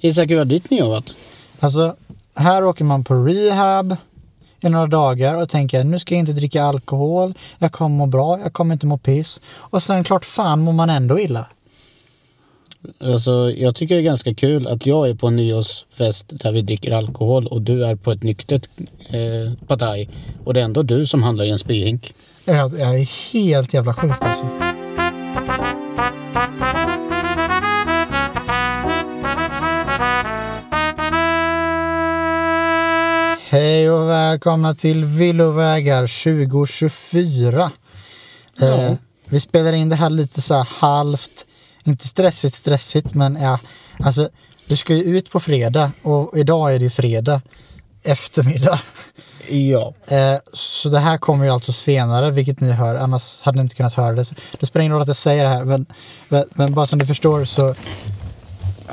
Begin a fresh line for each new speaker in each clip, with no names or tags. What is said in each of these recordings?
Isak, hur har ditt nyår varit?
Alltså, här åker man på rehab i några dagar och tänker nu ska jag inte dricka alkohol, jag kommer må bra, jag kommer inte må piss. Och sen klart fan mår man ändå illa.
Alltså, jag tycker det är ganska kul att jag är på en nyårsfest där vi dricker alkohol och du är på ett nyktert eh, partaj. Och det är ändå du som handlar i en spyhink.
Jag, jag är helt jävla sjukt alltså. Hej och välkomna till Villovägar 2024. Eh, vi spelar in det här lite så här halvt, inte stressigt stressigt men ja, alltså det ska ju ut på fredag och idag är det ju fredag eftermiddag.
Ja.
Eh, så det här kommer ju alltså senare, vilket ni hör, annars hade ni inte kunnat höra det. Så Det spelar ingen roll att jag säger det här, men, men, men bara som du förstår så,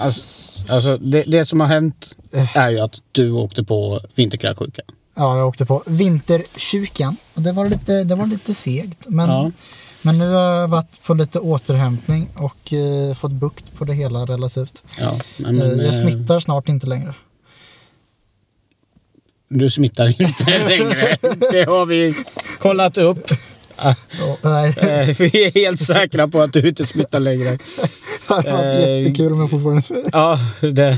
Alltså, alltså det, det som har hänt är ju att du åkte på vinterkräksjuka.
ja, jag åkte på vinterkyrkan. Och det var lite, det var lite segt, men,
Ja.
men nu har jag varit på lite återhämtning och eh, fått bukt på det hela relativt.
Ja, men,
Eh,
eh,
jag smittar snart inte längre.
Du smittar inte längre. Det har vi kollat upp.
Och, nej, det
Eh, Vi är helt säkra på att du inte smittar längre.
hade varit
eh,
jättekul om jag fortfarande...
Ja, den,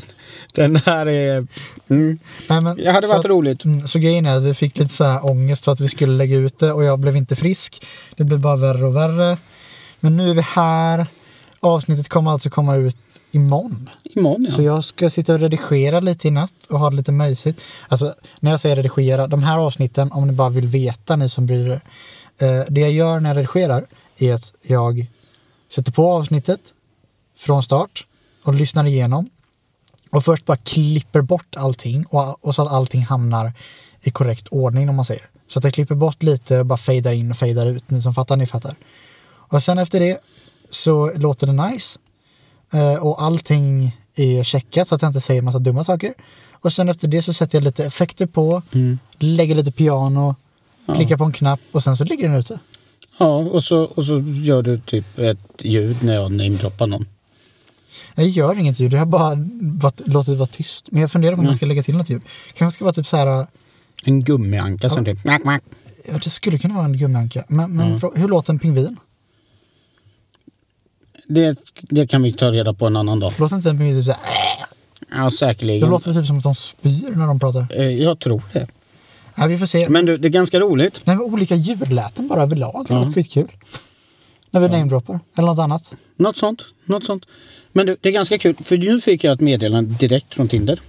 den här är... Mm.
Nej, men,
Det hade
så
varit
att-
roligt.
Mm, så grejen är att vi fick lite så här ångest för att vi skulle lägga ut det och jag blev inte frisk. Det blev bara värre och värre. Men nu är vi här. Avsnittet kommer alltså komma ut imorgon.
Imorgon
Så
ja.
jag ska sitta och redigera lite i natt och ha det lite mysigt. Alltså när jag säger redigera, de här avsnitten om ni bara vill veta ni som bryr er. Eh, det jag gör när jag redigerar är att jag sätter på avsnittet från start och lyssnar igenom. Och först bara klipper bort allting och, och så att allting hamnar i korrekt ordning om man säger. Så att jag klipper bort lite och bara fejdar in och fejdar ut. Ni som fattar, ni fattar. Och sen efter det så låter det nice. Eh, och allting är checkat så att jag inte säger massa dumma saker. Och sen efter det så sätter jag lite effekter på, lägger lite piano, klickar på en knapp och sen så ligger den ute.
Ja, och så, och så gör du typ ett ljud när jag namedroppar någon.
Jag gör inget ljud, jag har bara varit, låtit det vara tyst. Men jag funderar på om jag ska lägga till något ljud. Kanske ska vara typ så här,
En gummianka som typ... Mack, mack.
ja, det skulle kunna vara en gummianka. Men, men frå- hur låter en pingvin?
Det, det kan vi ta reda på en annan dag.
Låter inte en pingvin typ så här,
Ja,
Det
säkerligen.
låter väl typ som att de spyr när de pratar.
Eh, Jag tror det.
Nej, vi får se.
Men du, det är ganska roligt.
Nej, men olika ljudläten bara överlag. Det har varit skitkul. När vi namedroppar, eller något annat.
Något sånt. Något sånt. Men du, det är ganska kul, för nu fick jag ett meddelande direkt från Tinder.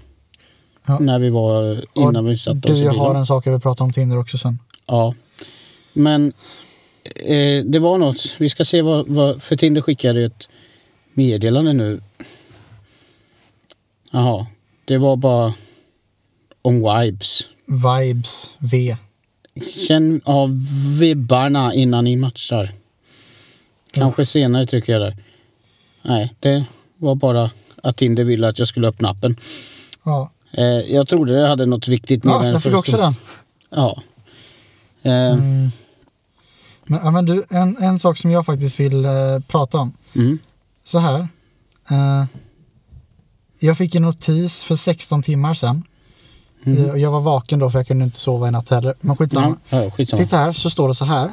Ja.
När vi var
Ja,
innan vi satte oss i
Du, jag
bilen.
har en sak jag vill prata om Tinder också sen.
Ja. Men eh, det var något. Vi ska se vad, vad... För Tinder skickade ett meddelande nu. Jaha. Det var bara om vibes.
Vibes V.
Känn av vibbarna innan ni matchar. Kanske senare trycker jag där. Nej, det var bara att Tinder ville att jag skulle öppna appen.
Ja,
Eh, jag trodde det hade något viktigt med
ja
den.
jag
för
fick
det
också
stod-
den.
Ja. Eh, mm.
Men, ja, men du, en, en sak som jag faktiskt vill eh, prata om.
mm.
Så här. Eh, jag fick en notis för 16 timmar sedan. Eh, och jag var vaken då för jag kunde inte sova i natt heller. Men skitsamma.
Mhm. Ja, ja, skitsamma.
Titta här så står det så här.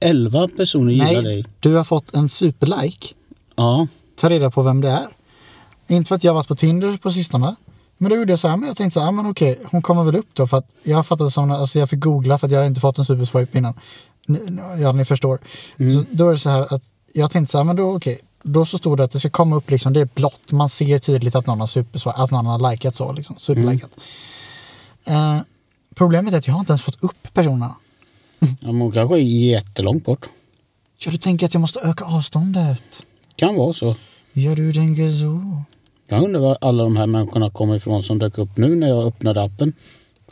Elva personer gillar dig.
Nej, du har fått en superlike.
Ja.
ta reda på vem det är. Inte för att jag har varit på Tinder på sistone. Men då gjorde jag så här, men jag tänkte så här, "Ah, men okej, hon kommer väl upp då för att jag har fattat det som, alltså jag fick googla för att jag har inte fått en superswipe innan. Ni- ni- Ja, ni förstår. Så då är det så här att jag tänkte så här, men då okej, då så stod det att det ska komma upp liksom, det är blått, man ser tydligt att någon har superswipe, alltså någon har likat så liksom, superlikat. Eh, problemet är att jag har inte ens fått upp personerna.
ja men hon kanske är jättelångt bort.
Ja, du tänker att jag måste öka avståndet.
Kan vara så.
Ja, du tänker så.
Jag undrar var alla de här människorna kommer ifrån som dök upp nu när jag öppnade appen.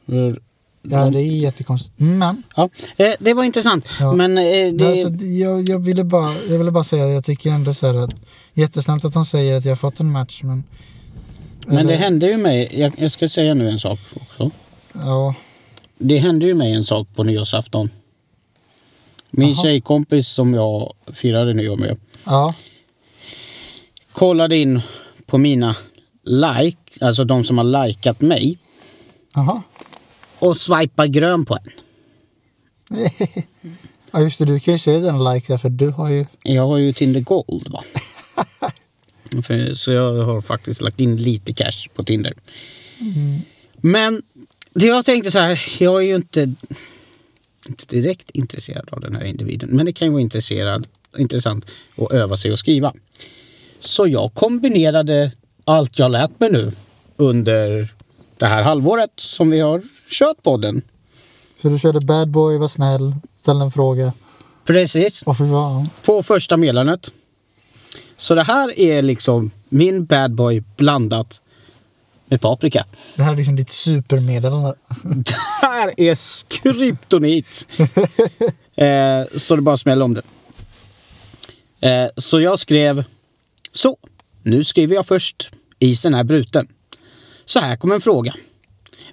För,
Ja, det är jättekonstigt. Mm. Men
ja. eh, det var intressant.
Ja.
Men eh, det...
Nej, Alltså, det- jag, jag, ville bara, jag ville bara säga att jag tycker ändå så här att jättesnällt att de säger att jag har fått en match men
Men det hände ju mig, jag, jag ska säga nu en sak också.
ja,
Det hände ju mig en sak på nyårsafton. Min tjejkompis som jag firade nyår med
ja,
kollade in på mina like, alltså de som har likat mig
Jaha.
och swipar grön på en.
Ja just det, du kan ju se den like där för du har ju...
Jag har ju Tinder Gold va. För, så jag har faktiskt lagt in lite cash på Tinder. Men det jag tänkte så här, jag är ju inte, inte direkt intresserad av den här individen. Men det kan ju vara intresserad, intressant att öva sig och skriva. Så jag kombinerade allt jag lärt mig nu under det här halvåret som vi har kört podden.
Så du körde bad boy, var snäll, ställ en fråga.
Precis.
Och fy fan.
på första meddelandet. Så det här är liksom min bad boy blandat med paprika.
Det här är liksom ditt supermeddelande.
Det här är skryptonit! eh, så det bara smäller om det. Eh, så jag skrev så. Nu skriver jag först. Isen är bruten. Så här kommer en fråga.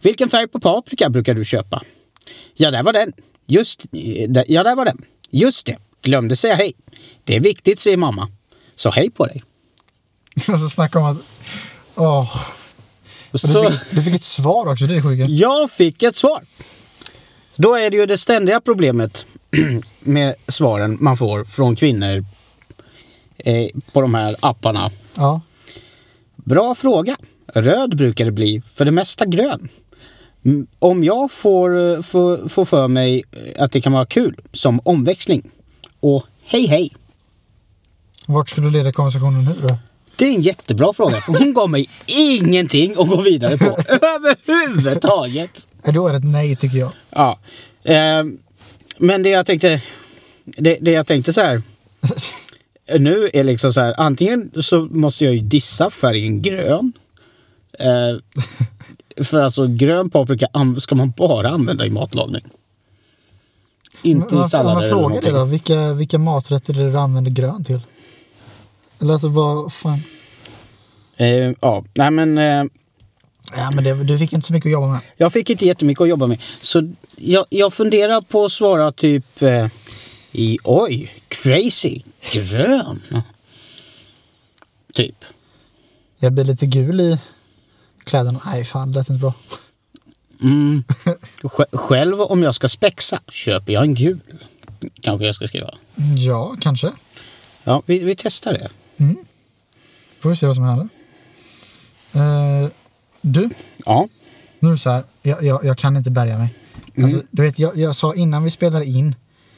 Vilken färg på paprika brukar du köpa? Ja, där var den. Just eh, där- Ja, där var den. Just det. Glömde säga hej. Det är viktigt, säger mamma. Så hej på dig.
Och så snackar man... Åh.
Och
Och
så-
Du, fick, du fick ett svar också, det är det sjuka.
Jag fick ett svar. Då är det ju det ständiga problemet med svaren man får från kvinnor eh, på de här apparna.
Ja.
Bra fråga. Röd brukar det bli, för det mesta grön. Mm, Om jag får, eh, får, får för mig eh, att det kan vara kul som omväxling. Och hej hej.
Vart skulle du leda konversationen nu då?
Det är en jättebra fråga, för hon gav mig ingenting att gå vidare på överhuvudtaget.
Ja, Äh, Då är det ett nej tycker jag.
Ja. ehm, men det jag tänkte, det, det jag tänkte så här. Nu är liksom så här, antingen så måste jag ju dissa färgen grön. Eh, för alltså grön paprika an- ska man bara använda i matlagning. Inte
Men
i
varför- Om
sallader
man
eller
frågar dig
någonting.
då, vilka, vilka maträtter är det du använder grön till? Eller alltså vad fan?
Eh, ja, nej men eh,
Ja, men det, du fick inte så mycket att jobba med.
jag fick inte jättemycket att jobba med. Så jag, jag funderar på att svara typ eh, i oj, crazy, grön. Typ.
Jag blir lite gul i kläderna. Nej, fan det lät inte bra.
Mm. Sj- Själv om jag ska spexa köper jag en gul. Kanske jag ska skriva.
Mm, Ja, kanske.
Ja, vi, vi testar det.
Mm. Får vi se vad som händer. Eh, du,
Ja,
nu är det så här. Jag, jag, jag kan inte bärga mig. Alltså, du vet, jag, jag sa innan vi spelade in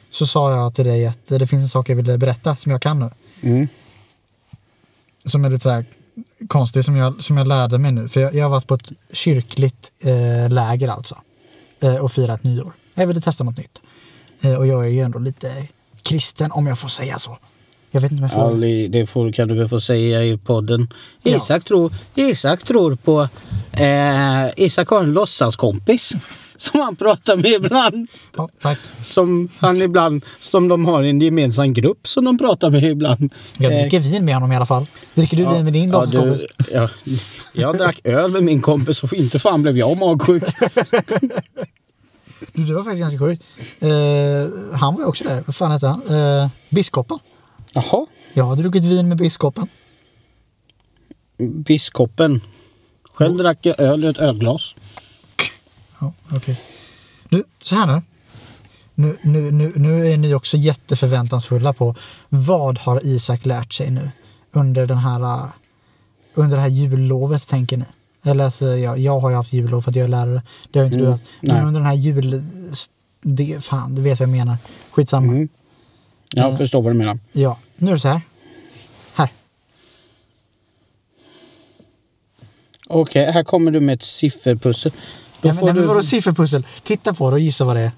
så sa jag till dig att det finns en sak jag ville berätta som jag kan nu.
mm.
som är lite så här konstig som jag, som jag lärde mig nu. För jag, jag har varit på ett kyrkligt eh, läger alltså. Eh, och firat nyår. Jag ville testa något nytt. Eh, och jag är ju ändå lite kristen om jag får säga så. Jag vet inte om jag får.
Ali, det får, kan du väl få säga i podden.
Ja.
Isak, tror, Isak tror på... Eh, Isak har en låtsaskompis som han pratar med ibland.
Ja, tack.
Som han ibland... Som de har i en gemensam grupp som de pratar med ibland.
Jag
Eh,
dricker vin med honom i alla fall. Dricker du vin med din
ja,
låtsaskompis?
du, ja, Jag drack öl med min kompis och inte fan blev jag magsjuk.
Du, det var faktiskt ganska sjukt. Eh, han var ju också där. Vad fan hette han? Eh, biskopen.
Jaha.
Jag har druckit vin med biskopen.
biskopen. Själv
Mm.
drack jag öl ur ett ölglas.
Ja, okej. Du, så här nu. Nu, nu, nu. nu är ni också jätteförväntansfulla på vad har Isak lärt sig nu under den här äh, under det här jullovet tänker ni? Eller alltså, jag, jag har ju haft jullov för att jag är lärare. Det har ju inte du haft. Men
Mm, nej.
under den här jul... Det, fan, du vet vad jag menar. Skitsamma.
Mm. Jag
Mm.
förstår vad du menar.
Ja, nu är det så här. Här.
Okej, här kommer du med ett sifferpussel. Då
Ja, men,
får
nej, men
du...
vadå sifferpussel? Titta på det och gissa vad det är.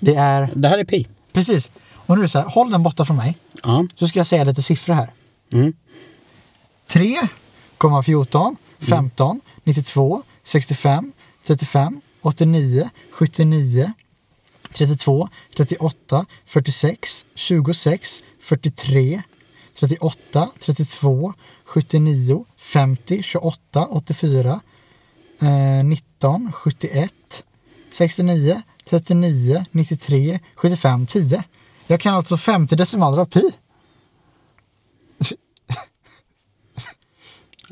Det är...
Det här är pi.
Precis. Och nu är det så här. Håll den borta från mig.
Ja.
Så ska jag säga lite siffror här.
Mm.
3,14, 15, 92, 65, 35, 89, 79, 32, 38, 46, 26, 43, 38, 32, 79, 50, 28, 84, eh, 19, 71, 69, 39, 93, 75, 10. Jag kan alltså 50 decimaler av pi.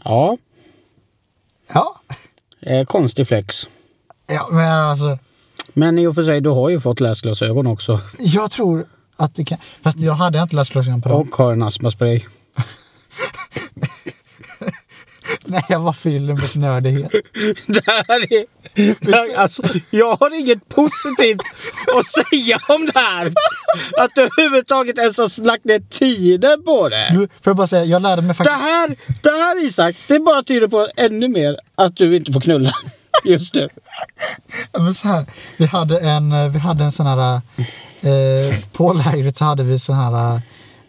Ja,
Ja.
eh, konstig flex.
ja, men alltså.
Men i och för sig, du har ju fått läsglasögon också.
Jag tror att det kan... Fast jag hade inte läsglasögon på dem.
Och har en astmaspray.
Nej, jag var fylld mot nördighet.
Det här är... Alltså, jag har inget positivt att säga om det här. Att du överhuvudtaget ens har lagt ner tiden på det.
Nu får jag bara säga, jag lärde mig
Det
faktiskt...
här, det här Isak, det bara tyder på ännu mer att du inte får knulla just nu.
Ja, Men så här, vi hade en, eh, vi hade en sån här, eh, på lägret så hade vi sån här eh,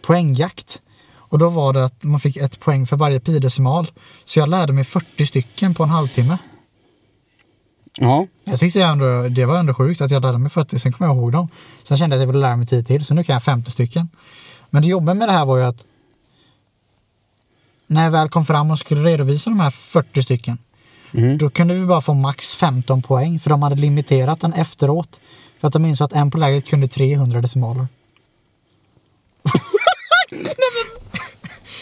poängjakt. Och då var det att man fick ett poäng för varje pidecimal. Så jag lärde mig 40 stycken på en halvtimme.
Ja.
Jag tyckte jag ändå, det var ändå sjukt att jag lärde mig 40, sen kom jag ihåg dem. Sen kände jag att jag ville lära mig 10 till, så nu kan jag 50 stycken. Men det jobbiga med det här var ju att när jag väl kom fram och skulle redovisa de här 40 stycken, då kunde vi bara få max 15 poäng, för de hade limiterat den efteråt. För att de insåg att en på lägret kunde 300 decimaler.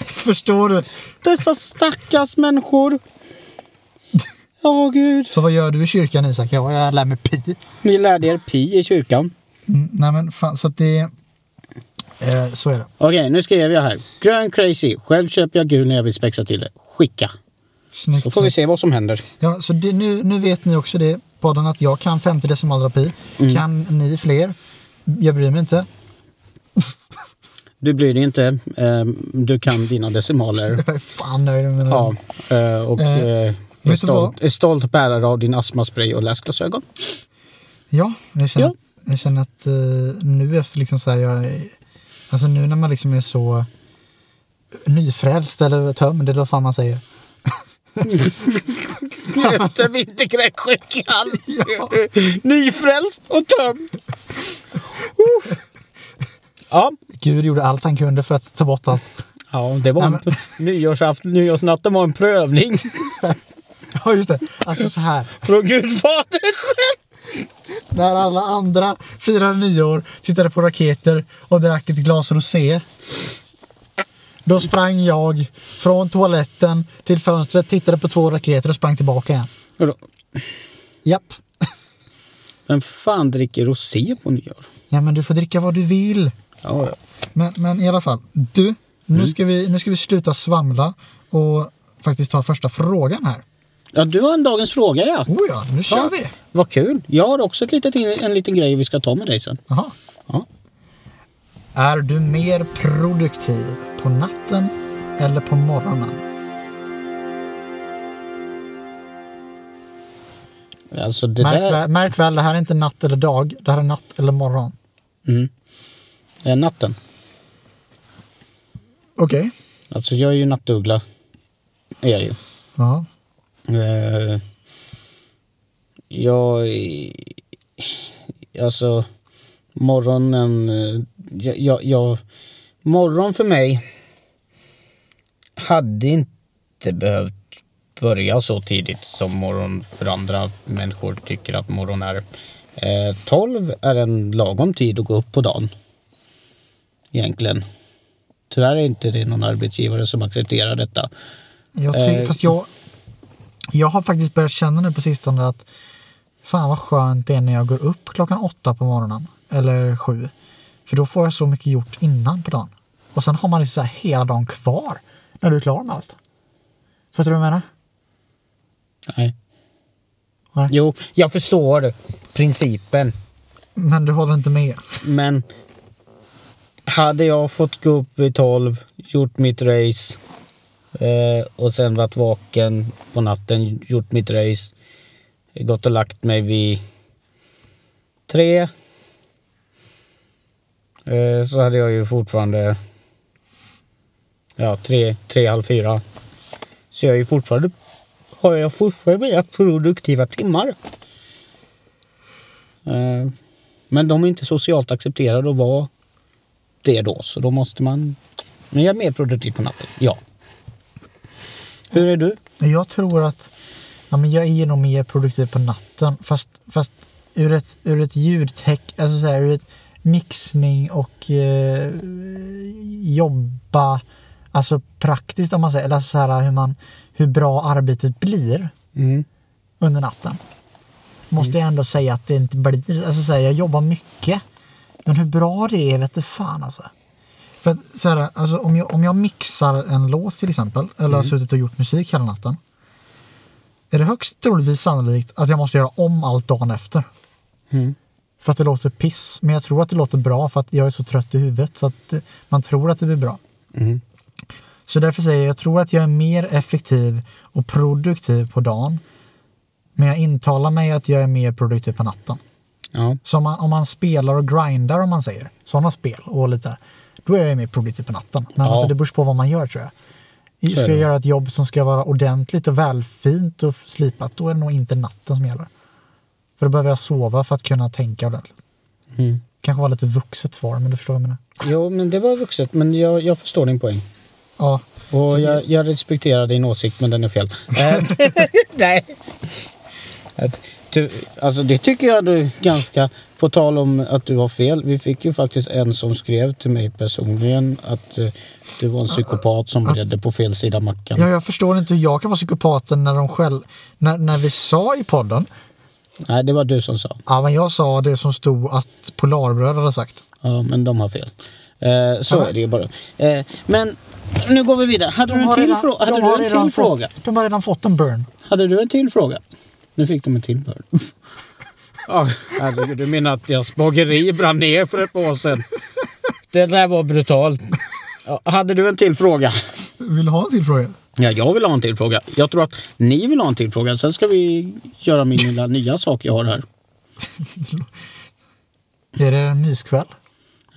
Förstår du?
Dessa stackars människor. Ja, gud.
Så vad gör du i kyrkan Isak? Ja, jag lär mig pi.
Ni lärde er pi i kyrkan.
Mm, nej men fan, så att det... Eh, så är det.
Okej, nu skrev jag här. Grön crazy. Själv köper jag gul när jag vill spexa till det. Skicka.
Snyggt.
Då får vi se vad som händer.
Ja, så det, nu, nu vet ni också det, podden, att jag kan 50 decimaler av pi.
Mm.
Kan ni fler? Jag bryr mig inte.
Du bryr dig inte. eh, Du kan dina decimaler.
Jag är fan nöjd med mina.
Ja, eh, och
Eh,
eh, är,
vet du vad?
stolt, är stolt bärare av din astmaspray och läsglasögon.
ja jag känner,
Ja.
Jag känner att eh, nu efter liksom så här, jag, är- alltså nu när man liksom är så nyfrälst eller tömd eller vad fan man säger.
Efter vinterkräksjukan. Nyfrälst och tömd. Uh. Ja,
Gud gjorde allt han kunde för att ta bort allt.
ja, det var en, nyårsaft, nyårsnatten var en prövning
Ja just det, alltså så här.
från Gudfadern själv.
När alla andra firade nyår, tittade på raketer och drack ett glas rosé. Då sprang jag från toaletten till fönstret, tittade på två raketer och sprang tillbaka igen.
Vadå?
Japp.
Vem fan dricker rosé på nyår?
Ja men du får dricka vad du vill.
Ja, ja.
Men, men i alla fall, du.
Mm.
Nu ska, vi, nu ska vi sluta svamla och faktiskt ta första frågan här.
ja, du har en dagens fråga ja.
Oh ja, nu kör
Ja,
vi!
Vad kul. Jag har också ett litet, en liten grej vi ska ta med dig sen.
Jaha.
Ja.
Är du mer produktiv på natten eller på morgonen?
Alltså det
Märk,
där...
väl, märk väl, det här är inte natt eller dag. Det här är natt eller morgon.
Mm. Eh, natten.
Okej.
Alltså jag är ju nattuggla. Är jag ju.
Ja.
Eh, jag... är- Alltså morgonen... eh, Jag, jag, jag, morgon för mig hade inte behövt börja så tidigt som morgon för andra människor tycker att morgon är. Eh, 12 är en lagom tid att gå upp på dagen. Egentligen. Tyvärr är inte det någon arbetsgivare som accepterar detta.
Jag ty-
Eh.
Fast jag, jag har faktiskt börjat känna nu på sistone att fan vad skönt det är när jag går upp klockan åtta på morgonen. Eller sju. För då får jag så mycket gjort innan på dagen. Och sen har man liksom så här hela dagen kvar när du är klar med allt. Fattar du vad jag menar?
Nej.
Nej.
Jo, jag förstår principen.
Men du håller inte med.
Men hade jag fått gå upp vid 12, gjort mitt race eh, och sen varit vaken på natten, gjort mitt race, gått och lagt mig vid tre eh, så hade jag ju fortfarande ja, tre, tre, halv fyra. Så jag är ju fortfarande har jag fortfarande mina produktiva timmar. Eh, men de är inte socialt accepterade att vara det då, så då måste man... Men jag är mer produktiv på natten, ja. Hur är du?
Men Jag tror att ja, men jag är nog mer produktiv på natten. Fast, fast ur ett, ur ett ljudtäck, alltså så här, ur ett mixning och eh, jobba. alltså praktiskt om man säger, eller så här hur, man, hur bra arbetet blir
Mm.
under natten. Måste jag ändå säga att det inte blir, alltså så här, jag jobbar mycket. Men hur bra det är vet du fan alltså. För att, så här, alltså, om, jag, om jag mixar en låt till exempel, eller
Mm.
har suttit och gjort musik hela natten. Är det högst troligtvis sannolikt att jag måste göra om allt dagen efter.
Mm.
För att det låter piss, men jag tror att det låter bra för att jag är så trött i huvudet så att eh, man tror att det blir bra.
Mm.
Så därför säger jag, jag tror att jag är mer effektiv och produktiv på dagen. Men jag intalar mig att jag är mer produktiv på natten.
Ja.
Så om man, om man spelar och grindar om man säger, sådana spel och lite, då är jag mer produktiv på natten. Men
Ja.
alltså, det beror på vad man gör tror jag. I-
Så är
Ska jag
det.
göra ett jobb som ska vara ordentligt och välfint och slipat, då är det nog inte natten som gäller. För då behöver jag sova för att kunna tänka ordentligt.
Mm.
Kanske var lite vuxet svar, men du förstår vad jag menar.
Jo, men det var vuxet. Men jag, jag förstår din poäng.
Ja,
Och jag, jag respekterar din åsikt, men den är fel. Eh, Nej. Att, ty, alltså det tycker jag du ganska... På tal om att du har fel. Vi fick ju faktiskt en som skrev till mig personligen att eh, du var en psykopat som bredde på fel sida mackan.
ja, jag förstår inte hur jag kan vara psykopaten när de själv, när, när vi sa i podden,
Nej, det var du som sa.
ja men jag sa det som stod att Polarbröd hade sagt.
Ja, men de har fel. Eh, så
Ja.
är det ju bara. Eh, men nu går vi vidare. Hade du
De
en
har
till,
redan-
frå- hade
de
du
har
en
redan
till fråga?
Fått, de har redan fått en burn.
Hade du en till fråga? Nu fick de en till börd. Ja, herregud. Du menar att deras bageri brann ner för ett par år sedan? Det där var brutalt. Ja, hade du en till fråga?
Vill du ha en till fråga?
Ja, jag vill ha en till fråga. Jag tror att ni vill ha en till fråga. Sen ska vi göra min lilla nya sak jag har här.
Är det en myskväll?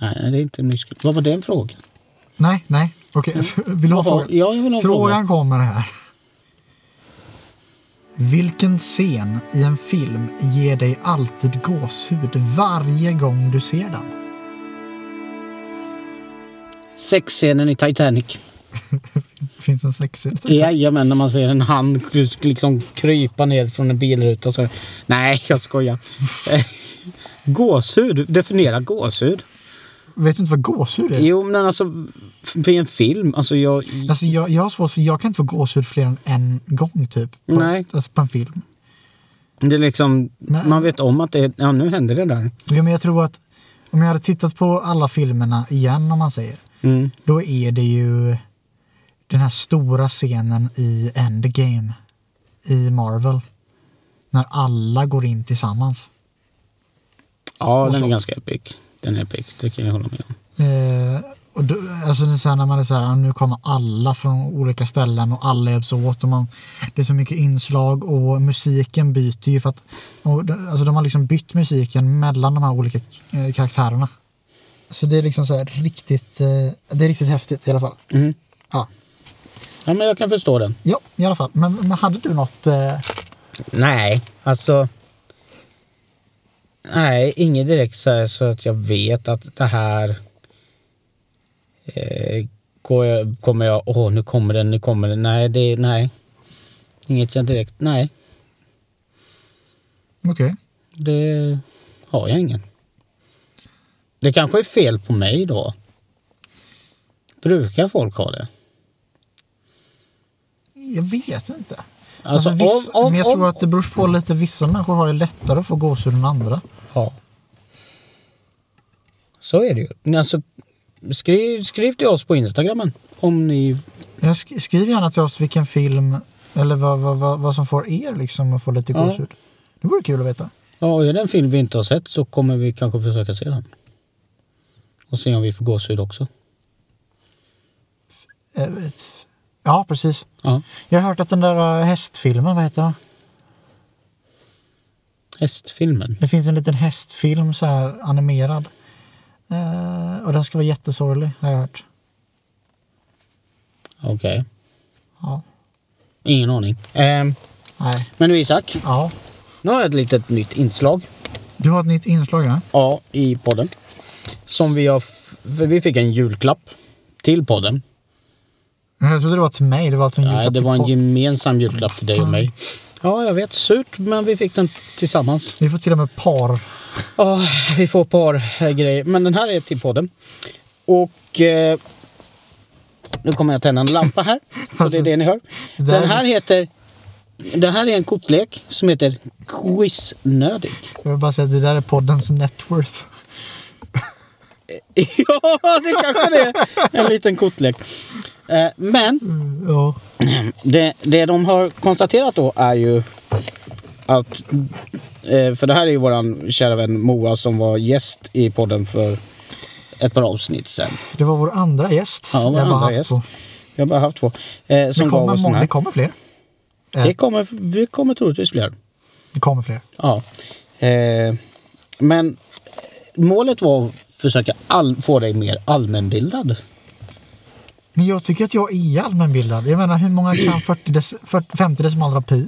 Nej, det är inte en myskväll. Vad var den frågan?
Nej, nej. Okej, vill du ha
Ja,
frågan?
jag vill ha en fråga.
Frågan kommer här. Vilken scen i en film ger dig alltid gåshud varje gång du ser den?
Sexscenen i Titanic.
Det finns en sexscen. Typ
Jajamän, när man ser en hand liksom krypa ner från en bilruta. Så... Nej, jag skojar. Eh, gåshud. Definiera gåshud.
Vet du inte vad gåshud är?
Jo, men alltså f- i en film. Alltså jag...
Alltså jag, jag har svårt för jag kan inte få gåshud fler än en gång typ. På,
Nej.
Alltså på en film.
Det är liksom...
Men-
Man vet om att det... Ja, nu händer det där.
Ja, men jag tror att om jag hade tittat på alla filmerna igen om man säger.
Mm.
Då är det ju den här stora scenen i Endgame i Marvel. När alla går in tillsammans.
Ja, den är
slåss.
ganska epic. Den är epic, det kan jag hålla med om.
Eh, och då, alltså det är så här när man är så här, ah, nu kommer alla från olika ställen och alla hjälps åt. Och man, det är så mycket inslag och musiken byter ju för att och, de- alltså de har liksom bytt musiken mellan de här olika eh, karaktärerna. Så det är liksom så här riktigt, eh, det är riktigt häftigt i alla fall.
Mm.
Ja,
Ja, men jag kan förstå den.
ja i alla fall. Men, men hade du något? Eh,
Nej, alltså... Nej, inget direkt så, här, så att jag vet att det här... Eh, går jag, kommer jag... Åh, nu kommer den, nu kommer den. Nej, det... Nej. Inget jag direkt... Nej,
Okej.
det har jag ingen. Det kanske är fel på mig då. Brukar folk ha det?
Jag vet inte.
Alltså,
Alltså, viss,
om, om,
men jag
om,
tror att det beror på lite. Vissa människor har ju lättare att få gåshud än andra.
Ja. Så är det ju. Men Alltså, skriv, skriv till oss på Instagrammen om ni...
Jag sk- skriv gärna till oss vilken film eller vad, vad, vad, vad som får er liksom att få lite
Ja.
gåshud. Det vore kul att veta.
Ja, är det en film vi inte har sett så kommer vi kanske försöka se den. Och se om vi får gåshud också.
Eh, ett- Ja, precis.
Ja.
Jag har hört att den där eh, hästfilmen, vad heter den?
Hästfilmen.
Det finns en liten hästfilm så här animerad. Eh, och den ska vara jättesorglig, har jag hört.
Okej.
Ja.
Ingen aning. Ehm,
Nej.
men nu Isak,
Ja.
nu har jag ett litet nytt inslag.
Du har ett nytt inslag, ja?
Ja, i podden. Som vi har... f- För vi fick en julklapp till podden.
Jag trodde det var till mig. Det var alltså en
Nej,
julklapp
det
till
var en
pod-
gemensam julklapp till dig och
Fan.
mig. Ja, jag vet. Surt, men vi fick den tillsammans.
Vi får till och med par.
Ja, vi får ett par eh, grejer. Men den här är till podden. Och eh, Nu kommer jag tända en lampa här. så det är det ni hör. Den här heter... Det här är en kortlek som heter Quiznödig.
Jag vill bara säga att det där är poddens net worth.
ja, det kanske det är. En liten kortlek. Eh, Men
Mm, Ja.
det, det de har konstaterat då är ju att... eh, För det här är ju våran kära vän Moa som var gäst i podden för ett par avsnitt sedan.
Det var vår andra gäst.
Ja, vår
jag har bara
andra
haft
gäst.
två.
Jag har bara haft två. Eh, som
Det
gav
kommer,
oss den
många, det
här.
kommer fler. Eh,
Det kommer, vi kommer troligtvis fler.
Det kommer fler.
Ja. Eh, men målet var att försöka all, få dig mer allmänbildad.
Men jag tycker att jag är allmänbildad. Jag menar hur många kan 40 dec- 40, 50 decimaler av pi?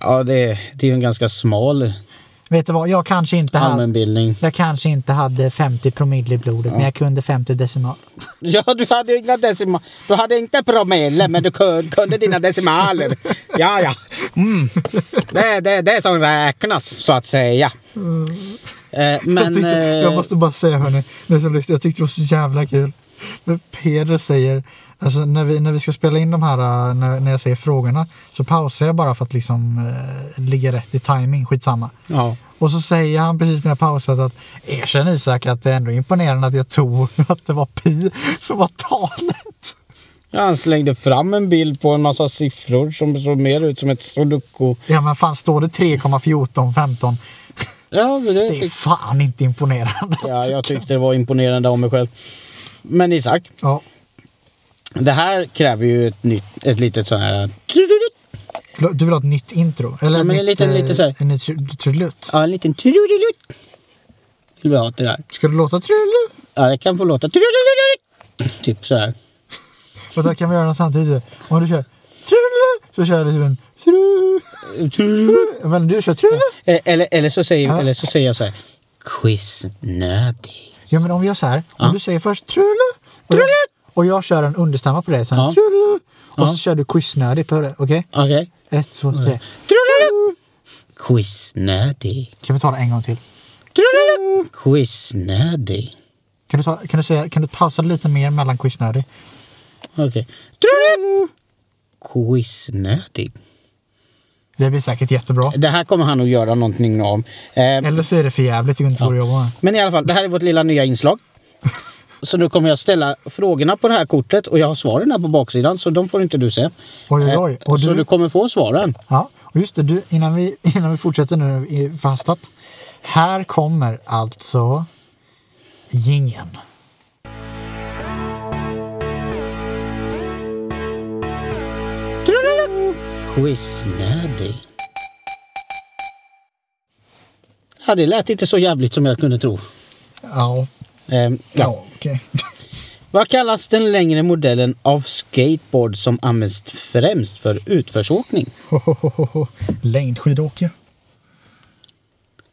Ja, det, det är ju en ganska smal
Vet du vad, jag kanske inte hade,
allmänbildning.
jag kanske inte hade 50 promille i blodet men jag kunde 50 decimal.
Ja, du hade inga decimaler. Du hade inte promille, men du kunde, kunde dina decimaler. Ja, ja. Mm. Det är det, det som räknas, så att säga. Eh, men...
Mm. jag, tyckte, jag
eh,
måste bara säga hörni, ni som lyssnar, jag tyckte det var så jävla kul. Men Peder säger, alltså när vi, när vi ska spela in de här, äh, när, när jag säger frågorna, så pausar jag bara för att liksom eh, ligga rätt i timing, skitsamma.
eh, Ja.
Och så säger han precis när jag pausat att erkänn Isak att det är ändå imponerande att jag tror att det var pi som var talet.
Han slängde fram en bild på en massa siffror som såg mer ut som ett sudoku.
Ja men fan står det 3,1415?
Ja, det,
Det är fan inte imponerande.
Ja, jag tyckte det var imponerande om mig själv. Men Isak,
Ja,
det här kräver ju ett, nytt, ett litet sån här...
du vill ha ett nytt intro? Eller
Ja,
ett
men
nytt,
lite-
eh,
lite så här.
En ny tr- trudelutt?
Ja, en liten trudelutt. Vill vi ha till det där?
Ska det låta trudelutt?
Ja, det kan få låta trudelutt. Typ så här.
Vänta, kan vi göra den samtidigt? Om du kör trudelutt så kör jag typ en trudelutt. Men du kör trudelutt.
Eh, Eller, eller, så säger,
Ja.
eller så säger jag så här. Quiznödig.
Ja men om vi gör så här.
Ja.
Om du säger först trudelutt. och jag- Och jag kör en understämma på det. Sen
Ja.
trudelutt. Och
Ja.
så kör du quiznödig på det. Okej?
Okej?
Ett, två, tre.
Trudelutt. Quiznödig.
Kan vi ta det en gång till?
Trudelutt. Quiznödig.
Kan du, ta, kan du, säga, kan du pausa lite mer mellan quiznödig?
Okej. Trudelutt. Quiznödig.
Det blir säkert jättebra.
Det här kommer han att göra någonting om. Eh,
Eller så är det för jävligt och inte går att jobba med.
Men i alla fall, det här är vårt lilla nya inslag. Så nu kommer jag ställa frågorna på det här kortet och jag har svaren här på baksidan så de får inte du se.
Oj, oj,
Eh,
oj. Och
Så
du-
du kommer få svaren.
Ja, och just det, du, innan, vi, innan vi fortsätter nu i fastat. Här kommer alltså gingen.
Quiznödig. Ja, det lät inte så jävligt som jag kunde tro.
Ja,
Eh, ja.
ja okej.
Vad kallas den längre modellen av skateboard som används främst för utförsåkning?
Längdskidåker.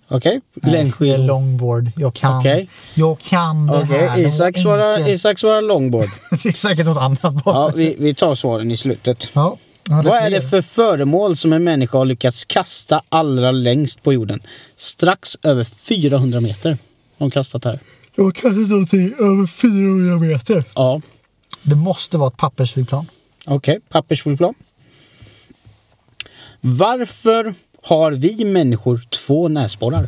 Okej?
Det är
Längdskidor.
longboard. Jag kan.
Okej.
Jag kan det
Okej,
här. Det var
Isak svarar,
enkelt.
Isak svarar longboard.
det är säkert något annat bara.
Ja, vi, vi tar svaren i slutet.
Ja. Ja,
Vad är det
fler.
för föremål som en människa har lyckats kasta allra längst på jorden? Strax över 400 meter. har De kastat här.
Jag har kastat någonting över 400 meter.
Ja,
Det måste vara ett pappersflygplan.
okej. Pappersflygplan. Varför har vi människor två näsborrar?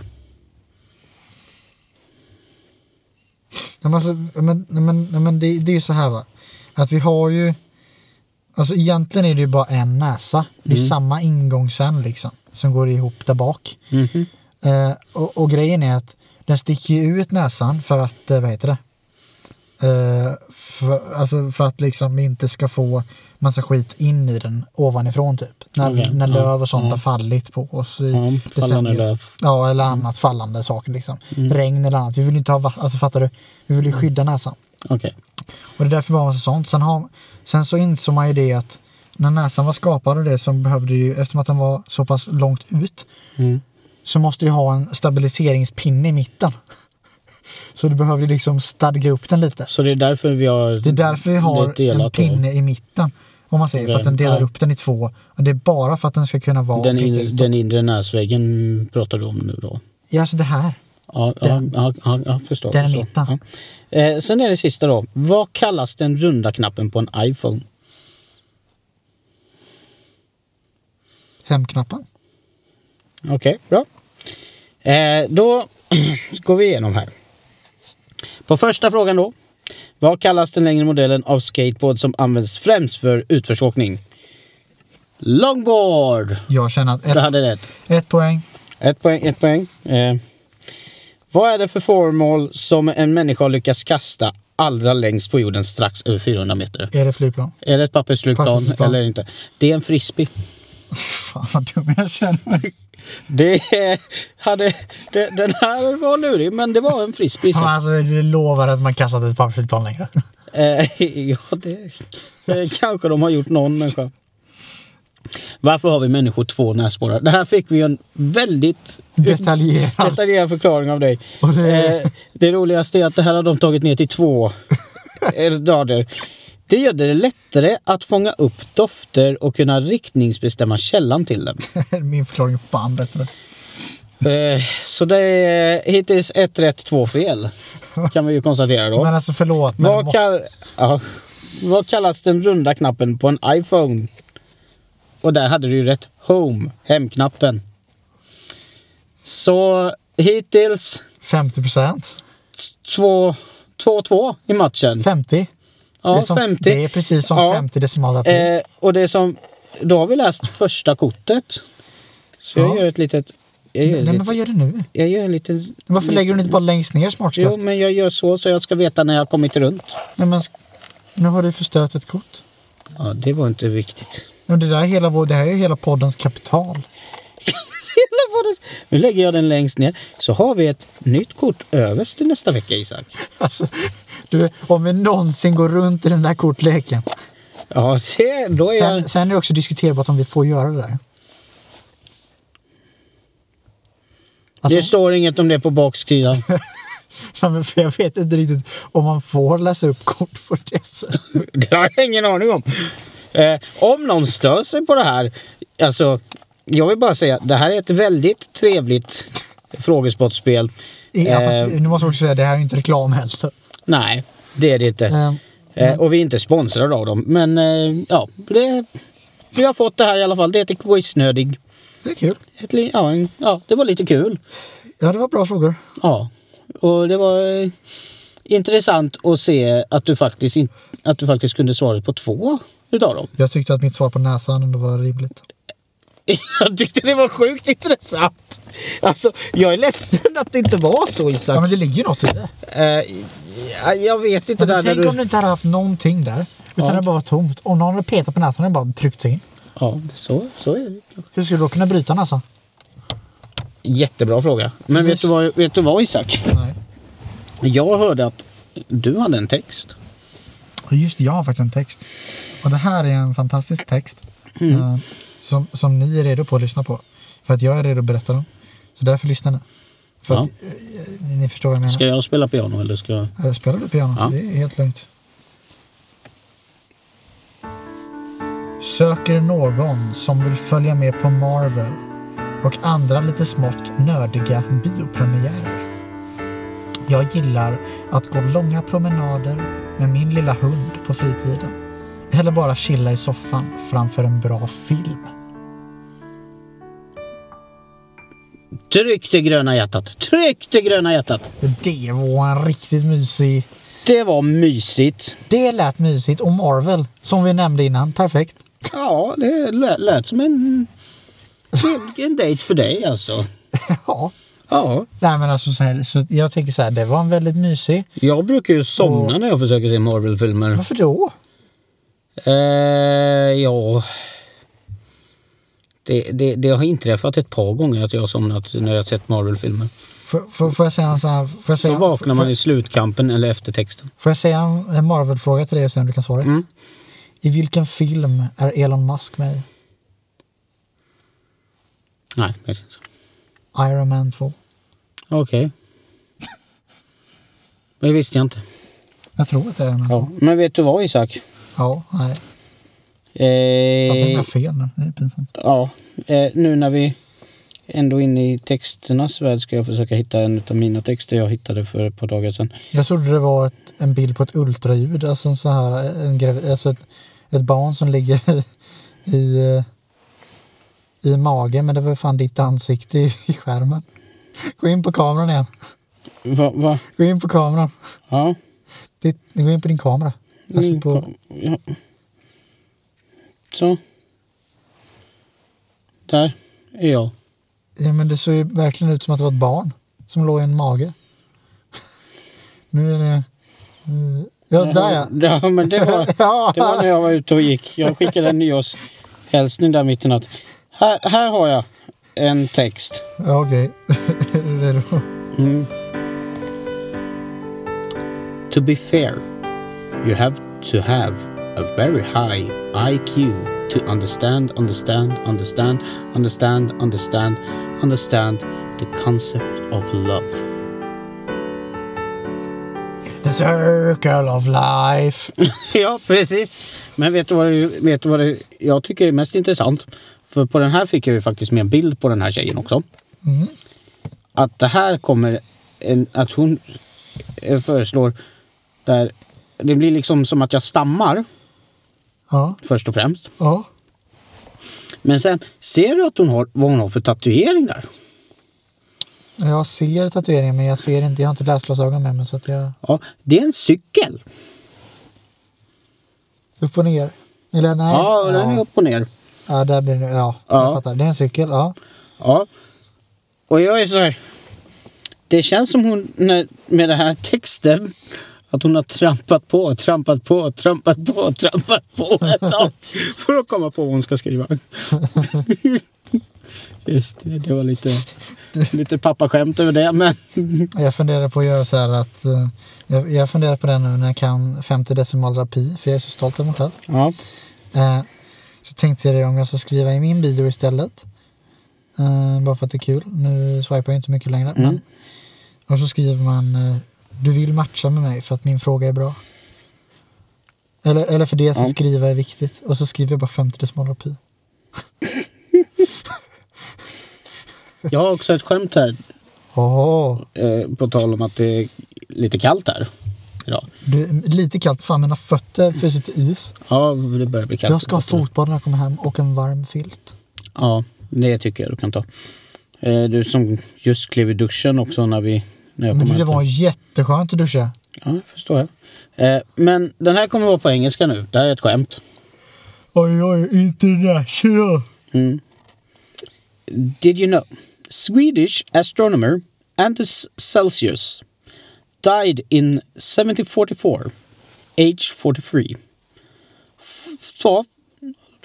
Ja, Men, alltså, men, nej, men, nej, men det, det är ju så här va. Att vi har ju. Alltså egentligen är det ju bara en näsa. Det
Mm.
är samma ingång sen liksom. Som går ihop där bak.
Mm-hmm.
Eh, och, och grejen är att den sticker ju ut näsan för att, eh, vad heter det? Eh, för, alltså för att liksom vi inte ska få massa skit in i den ovanifrån typ. När,
Okej,
när
Mm. ja,
löv och sånt har fallit på oss i
Ja, fallande
decennier.
löv. Mm.
Ja, eller annat fallande saker liksom. Regn eller annat. Vi vill ju inte ha vatten, alltså fattar du? Vi vill ju
Mm.
skydda näsan.
Okej.
Och det är därför var man så sånt. Sen, har, sen så insåg man ju det att när näsan var skapad och det som behövde ju, eftersom att den var så pass långt ut,
Mm.
så måste du ha en stabiliseringspinne i mitten. Så du behöver ju liksom stadga upp den lite.
Så det är därför vi har...
Det är därför vi har
Det är
en
delat då.
pinne i mitten. Om man säger, för
Okej,
att den delar
ja.
upp den i två. Och det är bara för att den ska kunna vara...
Den,
peka
inre,
utåt.
den inre näsväggen pratar du om nu då?
Ja, alltså det här.
Ja, ja,
Den-
ja, ja, ja, jag förstår.
Den
förstår.
mittan.
Ja. Eh, sen är det sista då. Vad kallas den runda knappen på en iPhone?
Hemknappen.
Okej, bra. Eh, då går vi igenom här. På första frågan då. Vad kallas den längre modellen av skateboard som används främst för utförsåkning? Longboard!
Jag känner att
Du
ett,
hade rätt.
ett poäng.
Ett poäng, ett poäng. Eh, vad är det för föremål som en människa lyckas kasta allra längst på jorden strax över 400 meter?
Är det flygplan?
Är det ett pappersflygplan
Pappersflygplan.
eller inte? Det är en frisbee.
Fan vad dum jag känner mig.
Det är, hade, det, den här var lurig, men det var en frisbee.
Ja,
så-
alltså, du lovar att man kastar inte ett pappersflygplan längre.
Eh, ja, det eh, kanske de har gjort någon människa. Varför har vi människor två näsborrar? Det här fick vi ju en väldigt
Detaljerat.
detaljerad förklaring av dig.
Och det-
Eh, det roligaste är att det här har de tagit ner till två eh, rader. Det gör det lättare att fånga upp dofter och kunna riktningsbestämma källan till dem.
Min förklaring är fan bättre.
Eh, så det är hittills ett rätt, två fel. Kan vi ju konstatera då.
Men alltså förlåt. Men det
Vad,
måste...
kall... ja. Vad kallas den runda knappen på en iPhone? Och där hade du ju rätt. Home, hemknappen. Så hittills
50 procent.
2 2-2 i matchen.
50.
Ja,
det, är som,
50.
det är precis som
Ja.
50 decimaler.
Eh, och det som... Då har vi läst första kortet. Så jag
Ja.
gör ett litet... Jag gör,
Nej, men
lite,
vad gör du nu?
jag gör en liten...
Varför lägger du inte bara längst ner smartskatt?
Jo, men jag gör så så jag ska veta när jag har kommit runt.
Nej, men, sk- nu har du förstört ett kort.
Ja, det var inte viktigt.
Men det, där är hela vår, det här är ju hela poddens kapital.
Hela vårens- Nu lägger jag den längst ner. Så har vi ett nytt kort överst till nästa vecka, Isak.
Alltså, du, om vi någonsin går runt i den där kortleken.
Ja, det, då är jag...
Sen, sen är det också diskuterbart om vi får göra det där. Alltså,
Det står inget om det på baksidan.
ja, men för jag vet inte riktigt om man får läsa upp kort på det sättet.
Det har jag ingen aning om. Eh, om någon stör sig på det här, alltså, jag vill bara säga, det här är ett väldigt trevligt frågesportspel.
Ja, fast
Eh.
nu måste jag också säga, det här är ju inte reklam heller.
Nej, det är det inte.
Eh,
Eh, och vi är inte sponsrade av dem, men eh, ja, det, vi har fått det här i alla fall. Det heter Quiznödig.
det är kul.
Ett, li- ja, en, ja, det var lite kul.
Ja, det var bra frågor.
Ja, och det var eh, intressant att se att du faktiskt, in, att du faktiskt kunde svara på två utav dem.
Jag tyckte att mitt svar på näsan ändå var rimligt.
Jag tyckte det var sjukt intressant. Alltså, jag är ledsen att det inte var så
Ja,
Isak.
men det ligger ju något i det.
Eh, ja, jag vet inte där
Men
när
tänk
du...
om du inte hade haft någonting där. Utan
Ja.
det bara var tomt. Om någon hade petat på näsan och bara tryckt sig in.
Ja, så, så är det.
Hur skulle du då kunna bryta näsan?
Jättebra fråga. Men vet
Precis.
du, vad, vet du vad Isak?
Nej.
Jag hörde att du hade en text.
Och Just det, jag har faktiskt en text. Och det här är en fantastisk text. Eh, som, som ni är redo på att lyssna på. För att jag är redo att berätta dem. Så därför lyssnar ni. För
Ja.
att, eh, ni, ni förstår vad jag menar.
Ska jag spela piano eller ska jag...
Här spelar du piano.
Ja.
Det är helt lugnt. Söker någon som vill följa med på Marvel och andra lite smått nördiga biopremiärer. Jag gillar att gå långa promenader med min lilla hund på fritiden. Eller bara chilla i soffan framför en bra film.
Tryck det gröna hjärtat! Tryck det gröna hjärtat!
Det var en riktigt mysig...
Det var mysigt.
Det lät mysigt och Marvel, som vi nämnde innan, perfekt.
Ja, det lät, lät som en, en dejt för dig alltså.
Ja.
Ja.
Nej men alltså så här, så jag tänker så här, det var en väldigt mysig.
Jag brukar ju somna när jag försöker se Marvel-filmer.
Varför då?
Eh, ja... Det, det, det har inträffat ett par gånger att jag har somnat när jag har sett Marvel-filmer.
Får, får, får jag säga en sån här, får
Då
jag säga,
vaknar man
får,
i slutkampen eller eftertexten.
får jag säga en en Marvel-fråga till dig och se om du kan svara? I vilken film är Elon Musk med i?
Nej, det känns så.
Iron Man 2.
Okej. Det visste jag inte.
Jag tror att det är Iron Man 2.
Ja. Men vet du vad Isak?
Ja, nej.
Eh,
Jag tänkte fel nu. Det är pinsamt.
Ja, eh, nu när vi ändå inne i texternas värld ska jag försöka hitta en av mina texter jag hittade för ett par dagar sedan.
Jag trodde det var ett, en bild på ett ultraljud, alltså en sån här, en gravi, alltså ett, ett barn som ligger i, i, eh, i magen, men det var ju fan ditt ansikte i, i skärmen. Gå in på kameran igen.
Va? va?
Gå in på kameran.
Ja.
Ditt, gå in på din kamera. Alltså
Min
på,
kom- ja. Så. Där är jag.
ja, men det såg ju verkligen ut som att det var ett barn som låg i en mage. Nu är det... eh, Ja,
Mm.
där ja.
ja men det var,
Ja,
det var när jag var ute och gick. Jag skickade en nyårshälsning där mitt i natt. Här, här har jag en text.
ja okej. är du redo?
Mm. To be fair, you have to have a very high IQ to understand, understand, understand, understand, understand, understand the concept of love.
The circle of life.
Ja, precis. Men vet du vad, det, vet du vad det, jag tycker är mest intressant? För på den här fick jag ju faktiskt med en bild på den här tjejen också. Att det här kommer, en, att hon eh, föreslår, där, det blir liksom som att jag stammar
Ja,
först och främst.
ja.
Men sen, ser du att hon har, vad hon har för tatuering där?
Jag ser tatueringen men jag ser inte, jag har inte läsglasögon med mig så att jag...
Ja, det är en cykel.
Upp och ner. Eller nej.
Ja, den är
ja.
upp och ner.
ja där blir det, ja,
Ja.
jag fattar. Det är en cykel, ja.
Ja. Och jag är så här. Det känns som hon när, med den här texten att hon har trampat på, trampat på, trampat på, trampat på ett tag. För att komma på vad hon ska skriva. Just det, det var lite, lite pappaskämt över det. Men
Jag funderar på att göra så här att... eh, Jag, jag funderar på det nu när jag kan 50 decimal rapi, för jag är så stolt över mig själv.
ja.
Eh, så tänkte jag det om jag ska skriva i min bio istället. Eh, bara för att det är kul. Nu swipar jag inte så mycket längre.
Mm.
Men, och så skriver man eh, Du vill matcha med mig för att min fråga är bra. Eller, eller för det som
Ja.
skriva är viktigt. Och så skriver jag bara 50 decimaler pi.
Jag har också ett skämt här
Åh,
eh, på tal om att det är lite kallt här idag.
du, Lite kallt. Fan mina fötter fryser till is.
Ja, det börjar bli kallt.
Jag ska ha fotbad när jag kommer hem och en varm filt.
Ja, det tycker jag du kan ta. Eh, Du som just klev i duschen också när vi... När jag kom
Men
hem
Mm, det
till-
var jätteskönt att duscha.
Ja, det förstår jag. Eh, Men den här kommer vara på engelska nu. Det här är ett skämt.
Oj, oj, international.
Mm. Did you know? Swedish astronomer Anders Celsius died in 1744, age 43. Thought,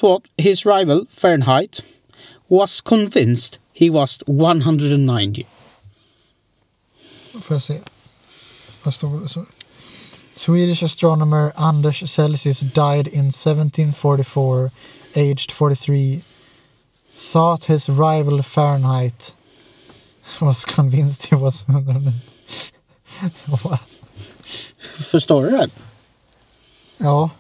thought his rival Fahrenheit was convinced he was 190.
Får jag se. Vad står det? Så. Swedish astronomer Anders Celsius died in 1744, aged 43. Thought his rival Fahrenheit was convinced he was...
Förstår du det?
ja,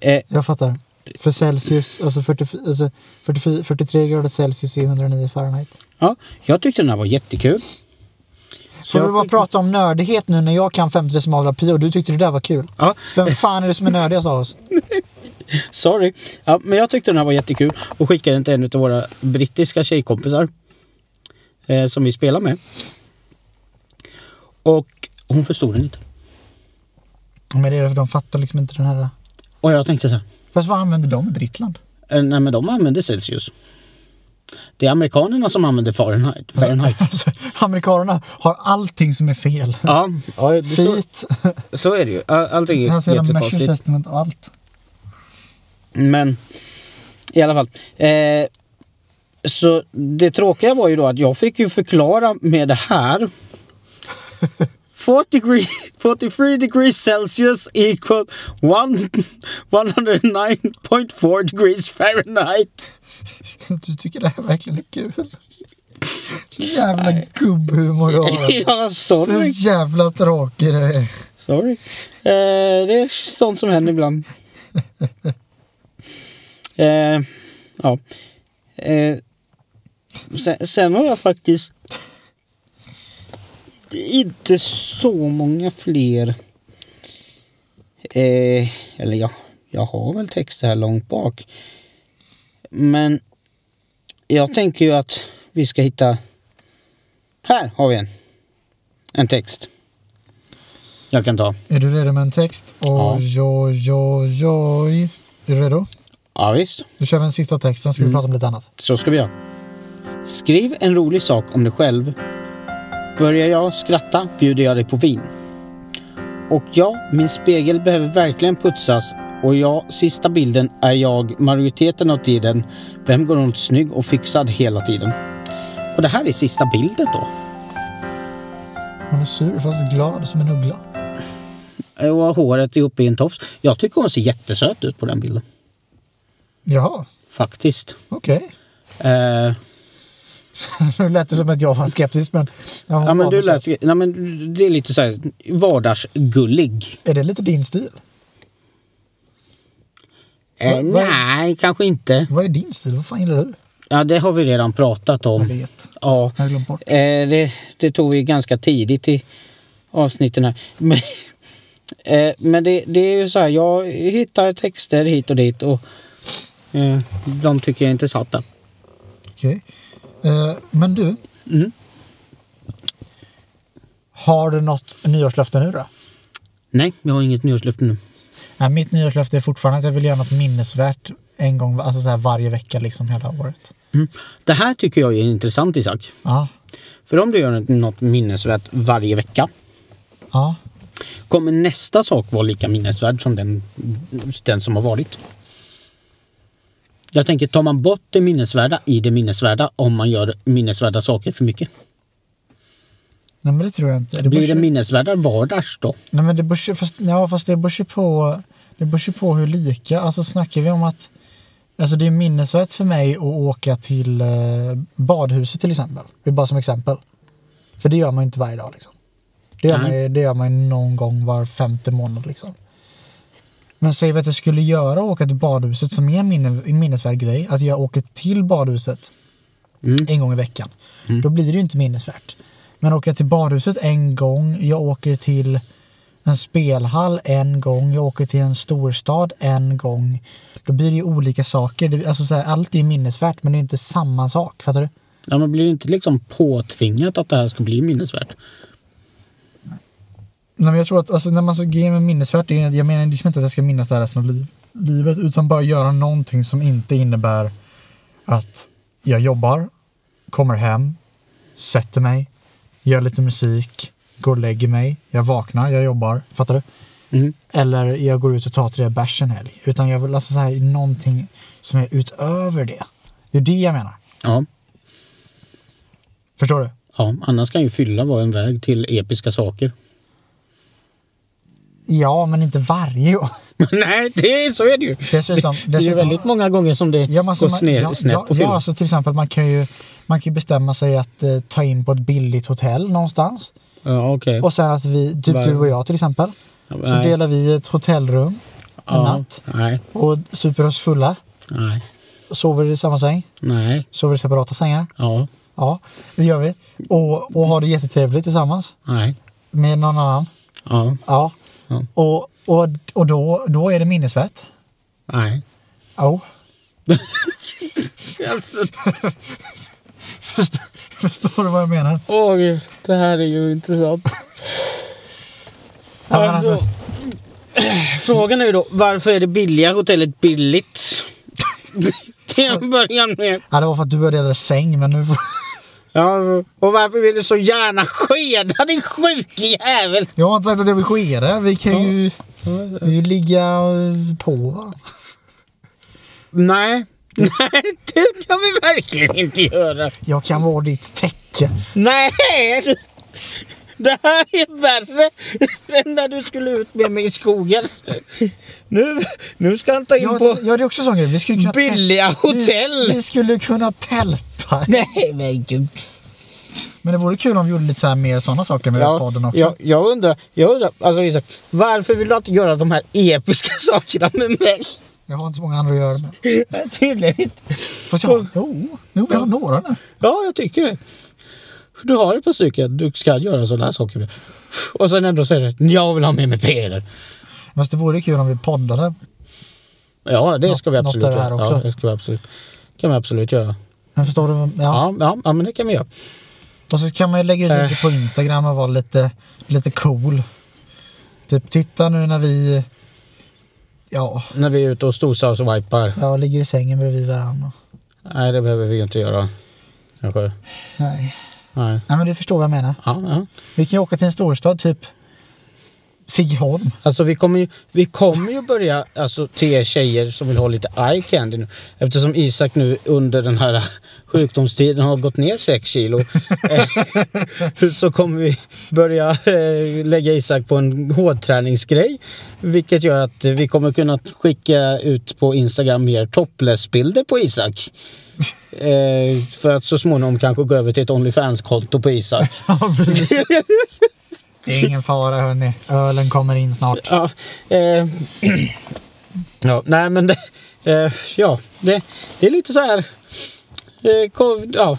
Eh,
jag fattar. För Celsius, alltså, 44, alltså 44, 43 grader Celsius är 109 Fahrenheit.
Ja, jag tyckte den här var jättekul.
Får
jag
vi bara
skick-
prata om nördighet nu när jag kan 50 decimaler pi och du tyckte det där var kul?
Ja,
Vem fan är det som är nördigast av oss?
sorry. Ja, men jag tyckte den här var jättekul och skickade den till en av våra brittiska tjejkompisar eh, som vi spelar med. Och hon förstod den inte.
Men det är det för de fattar liksom inte den här
Och jag tänkte så här,
Fast vad använder de i Brittland?
eh, nej men de använder Celsius. Det är amerikanerna som använder Fahrenheit. Fahrenheit.
Alltså, amerikanerna har allting som är fel.
Ja, ja det, så,
Feet,
så är det ju. All- Allting är
hans jävla measure
jättekonstigt.
testament och allt.
Men i alla fall. Eh, så det tråkiga var ju då att jag fick ju förklara med det här. 40 degree, 43 degrees Celsius equal one- 109.4 degrees Fahrenheit.
Du tycker det här verkligen är kul. Så jävla gubbhumor du har.
Ja,
Så
sorry.
jävla tråkig du är.
sorry. Eh, det är sånt som händer ibland. Eh, ja. Eh, Sen, sen har jag faktiskt inte så många fler. Eh, eller ja, jag har väl texter här långt bak. Men jag tänker ju att vi ska hitta... Här har vi en. En text. Jag kan ta.
Är du redo med en text? Oj, oj, oj, oj. Är du redo?
Ja, visst.
Då kör vi den sista texten,
Mm.
ska vi prata om lite annat.
Så ska vi göra. Skriv en rolig sak om dig själv. Börjar jag skratta bjuder jag dig på vin. Och ja, min spegel behöver verkligen putsas. Och ja, sista bilden är jag majoriteten av tiden. Vem går runt snygg och fixad hela tiden? Och det här är sista bilden då.
Hon är sur fast glad som en uggla.
Och håret är uppe i en tofs. Jag tycker hon ser jättesöt ut på den bilden.
Jaha,
Faktiskt.
okej.
Eh,
nu lät det som att jag var skeptisk men... Ja, hon
ja, men
var
du
försökt.
lät, nej, men det är lite så här vardagsgullig.
Är det lite din stil?
Eh,
Vad- vad-
nej, kanske inte.
Vad är din stil? Vad fan gillar du?
Ja, det har vi redan pratat
Jag
om.
vet.
Ja,
Jag har glömt bort.
eh, det, det tog vi ganska tidigt i avsnitten här. Men, eh, men det, det är ju så här, jag hittar texter hit och dit och eh, de tycker jag är intressanta.
Okej. Eh, men du,
Mm.
har du något nyårslöfte nu då?
Nej, jag har inget nyårslöfte nu.
Nej, mitt nyårslöfte är fortfarande att jag vill göra något minnesvärt en gång, alltså så här varje vecka liksom hela året.
Mm. Det här tycker jag är intressant Isak.
Ja,
För om du gör något minnesvärt varje vecka
ja,
kommer nästa sak vara lika minnesvärd som den, den som har varit. Jag tänker, tar man bort det minnesvärda i det minnesvärda om man gör minnesvärda saker för mycket?
nej men det tror jag inte. Det
Blir
beror-
det minnesvärda vardags då?
Nej men det beror ju- fast, ja, fast det beror ju på, det beror ju på hur lika, alltså snackar vi om att Alltså det är minnesvärt för mig att åka till eh, badhuset till exempel. Det är bara som exempel. För det gör man ju inte varje dag liksom. Det gör,
Nej.
man ju, det gör man ju någon gång var femte månad liksom. Men säg vi att jag skulle göra och åka till badhuset som är en minne, en minnesvärd grej. Att jag åker till badhuset
Mm.
en gång i veckan. Då blir det ju inte minnesvärt. Men åker jag till badhuset en gång, jag åker till en spelhall en gång, jag åker till en storstad en gång. Då blir det ju olika saker. Det, alltså så här, allt är minnesvärt men det är inte samma sak. Fattar du?
Ja, man blir det inte liksom påtvingat att det här ska bli minnesvärt?
Nej, men jag tror att alltså, när man ska ge mig minnesvärt, det är- jag menar liksom inte att jag ska minnas det här resten av liv, livet, utan bara göra någonting som inte innebär att jag jobbar, kommer hem, sätter mig, gör lite musik, går och lägger mig, jag vaknar, jag jobbar, fattar du?
Mm.
Eller jag går ut och tar tre bärs en helg, utan jag vill alltså så här, någonting som är utöver det. Det är det jag menar.
Ja.
Förstår du?
ja, annars kan ju fylla vara en väg till episka saker.
Ja, men inte varje år.
Nej, det, är- så är det ju.
Dessutom,
Det är ju
dessutom
väldigt många gånger som det
Ja, men alltså,
går
man-
sned,
ja,
snett
ja,
på
ja,
fylla.
alltså till exempel man kan ju man kan ju bestämma sig att eh, ta in på ett billigt hotell någonstans.
ja, okej.
Och sen att vi, typ
Var-
du och jag till exempel,
Ja,
så
nej.
delar vi ett hotellrum en
ja,
natt
Nej,
och super oss fulla.
nej,
Sover i samma säng,
nej,
sover i separata sängar.
ja,
Ja, det gör vi. Och, och har det jättetrevligt tillsammans
nej,
med någon annan.
ja,
Ja.
Ja.
Och, och, och då, då är det minnesvärt.
nej.
Ja.
Alltså,
Förstår, förstår du vad jag menar?
åh, gud, det här är ju intressant.
Ja, men alltså,
Alltså, Frågan är ju då, varför är det billiga hotellet billigt? Till en början med.
ja, det var för att du och jag delade säng men nu får...
Ja, och varför vill du så gärna skeda din sjuke jävel?
Jag har inte sagt att jag vill skeda. Vi kan ju, vi kan ju ligga eh, på varandra.
Nej, nej, det kan vi verkligen inte göra.
Jag kan vara ditt täcke.
Nej! du- Det här är värre än när du skulle ut med mig i skogen. Nu, nu ska han ta in
Ja,
på
ja, det är också en sån grej. Vi skulle kunna täl-
billiga
Vi,
hotell.
vi skulle kunna tälta.
Nej men gud.
Men det vore kul om vi gjorde lite så här mer sådana saker med podden också.
jag, jag undrar, jag undrar alltså Isak, varför vill du inte göra de här episka sakerna med mig?
Jag har inte så många andra att göra med.
Tydligen inte.
Fast jag har, jo, jo, jag har några nu.
Ja, jag tycker det. Du har ett par stycken du ska göra sådana här saker med. Och sen ändå säger du jag vill ha med mig Peder.
Fast det vore kul om vi poddade.
Ja, det
Nå-
ska vi
något
absolut
av det här
göra. Ja,
också.
det ska vi absolut. kan vi absolut göra.
Men förstår du? vad- Ja.
Ja, Eh. ja, ja men det kan vi göra.
Och så kan man ju lägga ut lite på Instagram och vara lite, lite cool. Typ titta nu när vi ja,
När vi är ute och storstadsvajpar.
ja, ligger i sängen bredvid varandra.
Nej, det behöver vi ju inte göra. Kanske.
Nej.
Nej.
Nej men du förstår vad jag menar.
Ja, ja.
Vi kan ju åka till en storstad typ Figgholm.
Alltså vi kommer ju, vi kommer ju börja alltså, till er tjejer som vill ha lite eye candy nu. Eftersom Isak nu under den här sjukdomstiden har gått ner 6 kilo. Eh, så kommer vi börja eh, lägga Isak på en hårdträningsgrej. Vilket gör att eh, vi kommer kunna skicka ut på Instagram mer topless-bilder på Isak. Eh, för att så småningom kanske gå över till ett Onlyfans-konto på Isak.
Ja, precis. det är ingen fara hörni. Ölen kommer in snart.
Ja, eh, ja nej men det, eh, ja, det, det är lite så här eh, ko- ja,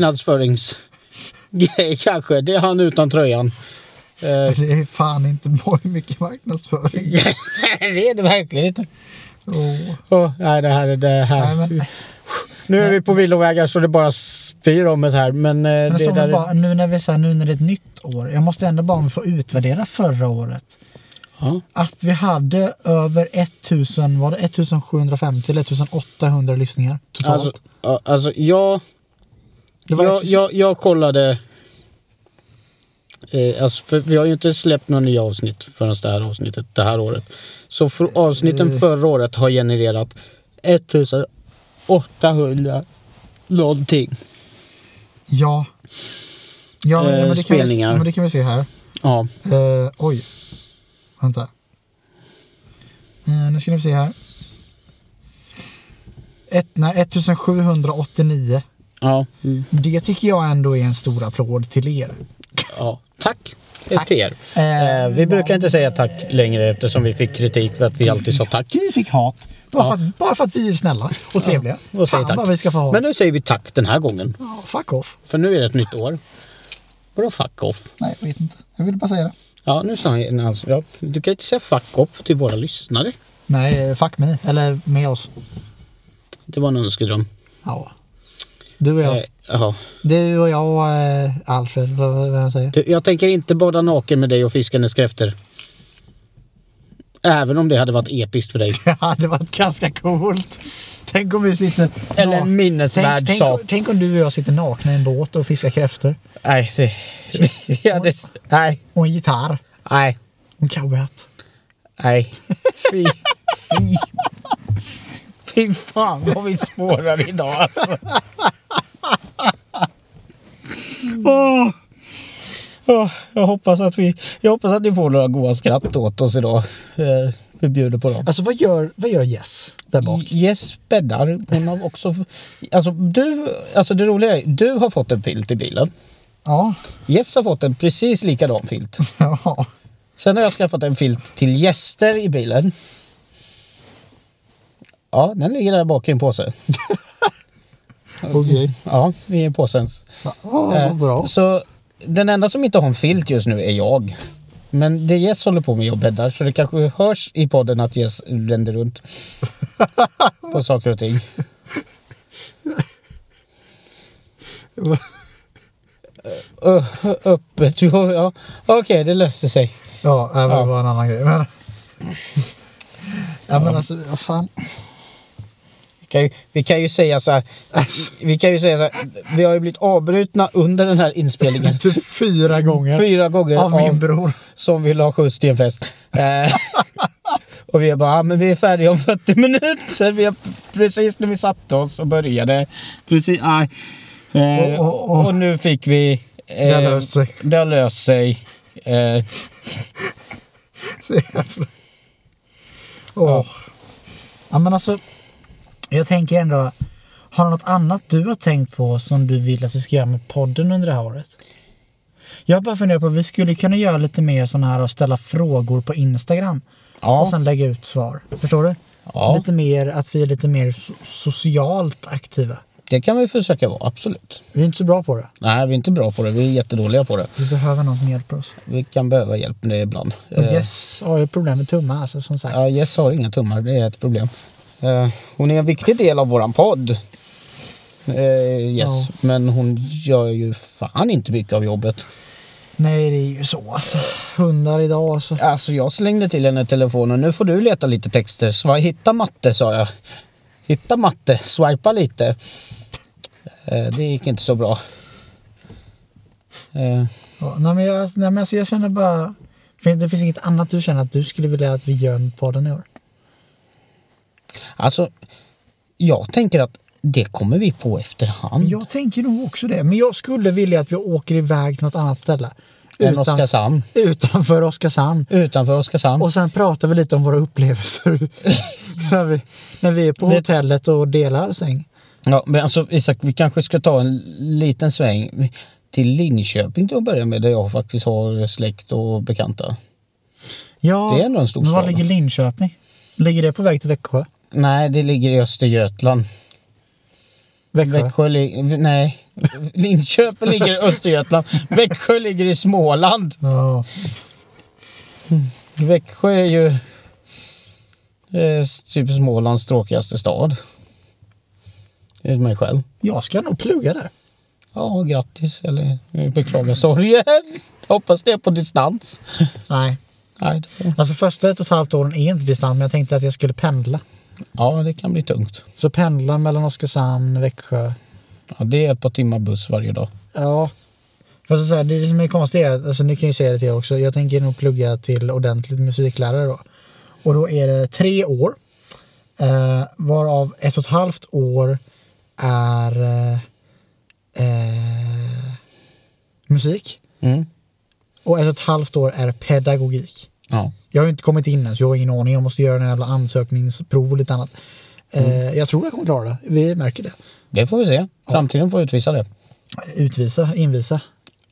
marknadsföringsgrej kanske. Det är han utan tröjan. Eh,
Det är fan inte mycket marknadsföring.
det är det verkligen inte.
Åh.
Åh, nej, det här är det här.
Nej, men,
nu är vi på villovägar så det bara spyr om det här. Men, eh,
men
det
som
där,
vi bara, nu, när vi, så här, nu när det är ett nytt år. Jag måste ändå bara få utvärdera förra året.
ja,
Att vi hade över 1000, var det 1750 eller 1800 lyssningar totalt?
alltså, ja, alltså jag,
det var
jag,
1000
jag, jag kollade. Eh, alltså, för vi har ju inte släppt några nya avsnitt förrän det här avsnittet det här året. Så för, avsnitten
Eh.
förra året har genererat 1800 någonting.
Ja. Ja, men,
Eh,
ja, men, det kan vi,
spelningar.
ja men det kan vi se här.
Ja,
Eh, oj. Vänta. Eh, nu ska ni få se här. Ett, nej, 1789.
ja, mm,
Det tycker jag ändå är en stor applåd till er.
ja. Tack. tack. Till er.
Eh,
Eh, vi brukar inte säga tack längre eftersom vi fick kritik för att vi alltid sa tack.
Vi fick hat. Bara, för att, bara för att vi är snälla och trevliga.
Och säger
Fan vad vi ska få
tack.
hat.
Men nu säger vi tack den här gången.
Ja, fuck off.
För nu är det ett nytt år. Vadå fuck off?
Nej, jag vet inte. Jag ville bara säga det.
Ja, nu sa han alltså, ja, Du kan inte säga fuck off till våra lyssnare.
Nej, eh, fuck me. Eller med oss.
Det var en önskedröm.
Ja. Du och jag.
Eh, ja.
Du och jag och eh, Alfred, eller vad vad jag säger.
Du, jag tänker inte bada naken med dig och fiskandes kräftor. Även om det hade varit episkt för dig.
Det hade varit ganska coolt. Tänk om vi sitter...
Eller en
nak-
minnesvärd
tänk, tänk,
sak.
om- tänk om du och jag sitter nakna i en båt och fiskar kräftor.
Nej, det, det hade, nej,
Och en gitarr.
nej,
Och en cowboyhatt.
nej. Fy, fy. Fy fan vad vi spårar idag alltså. Åh. Åh, jag, hoppas att vi, jag hoppas att ni får några goda skratt åt oss idag. Eh, vi bjuder på dem.
Alltså vad gör, vad gör Jess där bak?
Jess bäddar. Hon har också... Alltså, du, alltså det roliga är, du har fått en filt i bilen.
Ja.
Jess har fått en precis likadan filt.
ja.
Sen har jag skaffat en filt till gäster i bilen. Ja, den ligger där bak i en påse.
Okej.
Ja, i en påse. Eh,
Ja, vad bra.
Så den enda som inte har en filt just nu är jag. Men det Jess håller på med är att bäddar, så det kanske hörs i podden att Jess vänder runt på saker och ting. Ö- ö- öppet, jo, ja. Okej, det löser sig.
Ja, nej, men
Ja.
det var en annan grej. Men... Ja men alltså, vad fan.
Vi kan ju, vi kan ju säga så här. Vi kan ju säga så här. Vi har ju blivit avbrutna under den här inspelningen.
Typ fyra gånger.
Fyra gånger
Av min bror.
som vill ha skjuts till en fest. Eh, och vi är bara, "Ah, men vi är färdiga om 40 minuter. Vi är precis när vi satte oss och började. Precis, nej. eh,
Och- och- och-
och nu fick vi... eh,
Det har löst sig.
Det har löst sig. Eh,
Så jävla... Åh. Ja. men alltså. Jag tänker ändå. Har du något annat du har tänkt på som du vill att vi ska göra med podden under det här året? Jag bara funderar på vi skulle kunna göra lite mer sådana här och ställa frågor på Instagram.
Ja.
Och sen lägga ut svar. Förstår du?
Ja,
Lite mer, att vi är lite mer so- socialt aktiva.
det kan vi försöka vara, absolut.
Vi är inte så bra på det.
Nej, vi är inte bra på det. Vi är jättedåliga på det.
Vi behöver någon som hjälper oss.
Vi kan behöva hjälp med det ibland.
Och
Eh,
Jess har ju problem med tummar alltså som sagt.
Ja, Jess har inga tummar, det är ett problem. Eh, hon är en viktig del av våran podd. Eh, yes,
Ja.
men hon gör ju fan inte mycket av jobbet.
Nej det är ju så alltså. Hundar idag alltså.
Alltså jag slängde till henne telefonen, nu får du leta lite texter. Swi- Hitta matte sa jag. Hitta matte, swipa lite. Eh, det gick inte så bra. Eh,
Ja, nej, men jag, nej men alltså jag känner bara. fin- Det finns inget annat du känner att du skulle vilja att vi gör med podden i år?
alltså, jag tänker att det kommer vi på efterhand.
Mm. Jag tänker nog också det. Men jag skulle vilja att vi åker iväg till något annat ställe.
Än Oskarshamn.
Utanför Oskarshamn.
Utanför Oskarshamn.
Och sen pratar vi lite om våra upplevelser. när, vi, när vi är på
Det-
hotellet och delar säng.
Ja, men alltså Isak, vi kanske ska ta en liten sväng till Linköping till att börja med, där jag faktiskt har släkt och bekanta.
Ja,
Det är ändå en stor
men var
stad.
ligger Linköping? Ligger det på väg till Växjö?
Nej, det ligger i Östergötland.
Växjö.
Växjö ligger... Nej. Linköping ligger i Östergötland. Växjö ligger i Småland.
Ja.
Växjö är ju eh, typ Smålands tråkigaste stad. Enligt mig själv.
Jag ska nog plugga där.
Ja, grattis eller beklagar sorgen. Hoppas det är på distans.
Nej,
Nej, det,
alltså första ett och ett halvt åren är inte distans, men jag tänkte att jag skulle pendla.
ja, det kan bli tungt.
Så pendla mellan Oskarshamn, Växjö.
Ja, det är ett par timmar buss varje dag.
Ja. Fast så här, det som är konstigt är att, alltså ni kan ju säga det till er också, jag tänker nog plugga till ordentligt musiklärare då. Och då är det tre år. Eh, varav ett och ett halvt år är eh, eh, musik.
Mm.
Och ett och ett halvt år är pedagogik.
Ja.
Jag har ju inte kommit in än så jag har ingen aning. Jag måste göra en jävla ansökningsprov och lite annat. Eh, jag tror jag kommer klara det. Vi märker det.
Det får vi se. Framtiden får utvisa det.
Utvisa, invisa,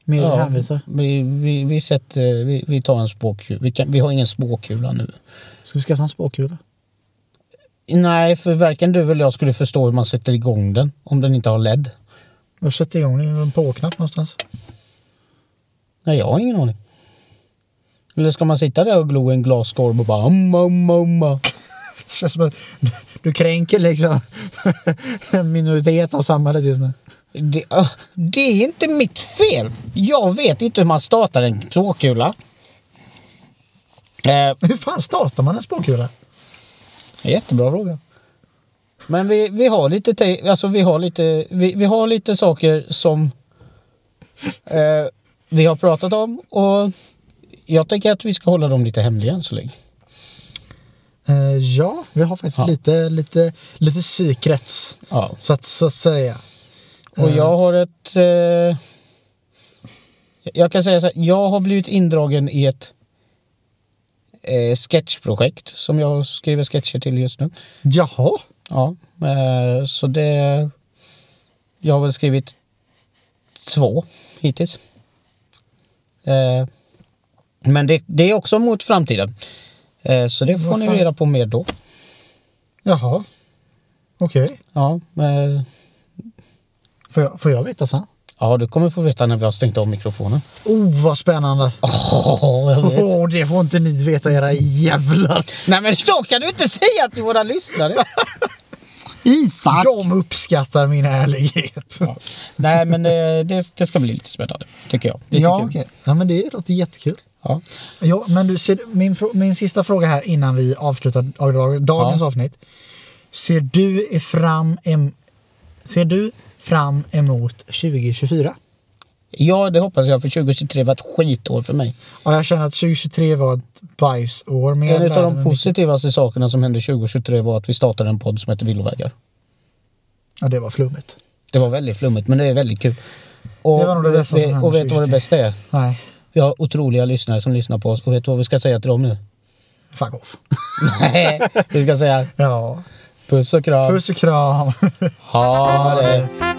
mer
Ja,
hänvisa.
vi, vi, vi, sätter, vi, vi tar en spåkula. Vi, kan, vi har ingen spåkula nu.
Ska vi skaffa en spåkula?
Nej, för varken du eller jag skulle förstå hur man sätter igång den om den inte har LED.
Jag sätter igång den med en påknapp någonstans.
Nej, jag har ingen aning. Eller ska man sitta där och glo i en glaskorv och bara amma, amma, amma.
Det känns som att du kränker liksom en minoritet av samhället just nu.
Det, ah, det är inte mitt fel. Jag vet inte hur man startar en spåkula. Eh,
Hur fan startar man en spåkula?
Jättebra fråga. Men vi, vi har lite, te- alltså vi har lite, vi, vi har lite saker som eh, vi har pratat om och jag tänker att vi ska hålla dem lite hemliga än så länge.
Eh, ja, vi har faktiskt
Ja.
lite, lite, lite secrets.
Ja.
Så att, så att säga.
Och jag har ett, eh, jag kan säga så här, jag har blivit indragen i ett eh, sketchprojekt som jag skriver sketcher till just nu.
Jaha,
Ja, eh, så det... Jag har väl skrivit två hittills. Eh, men det, det är också mot framtiden. Eh, så det får
Vad
ni
fan?
reda på mer då.
jaha. Okej.
Ja, eh,
Får, jag, får jag veta sen?
ja, du kommer få veta när vi har stängt av mikrofonen.
Oh, vad spännande.
Åh, jag vet.
Åh, det får inte ni veta era jävlar.
Nej men då kan du inte säga till våra lyssnare. Isak!
De uppskattar min ärlighet. Ja,
Nej men eh, det, det ska bli lite spännande, tycker jag. Det tycker
ja
jag.
okej. Ja, men det låter jättekul.
Ja.
Ja, men du, ser, min, frå- min sista fråga här innan vi avslutar dag- dagens
Ja.
avsnitt. Ser du, i fram em, ser du fram emot 2024?
ja, det hoppas jag för 2023 var ett skitår för mig.
Ja, jag känner att 2023 var ett bajsår. Men jag
En
lärde
av de
mig
positivaste sakerna som hände 2023 var att vi startade en podd som heter Villovägar.
mycket. Ja, det var flummigt.
Det var väldigt flummigt men det är väldigt kul. Och,
Det var nog det bästa som hände
Och vet du vad det
2023?
bästa är?
Nej,
Vi har otroliga lyssnare som lyssnar på oss och vet du vad vi ska säga till dem nu?
fuck off.
Nej, vi ska säga
Ja,
puss och kram.
puss och kram.
Ha det.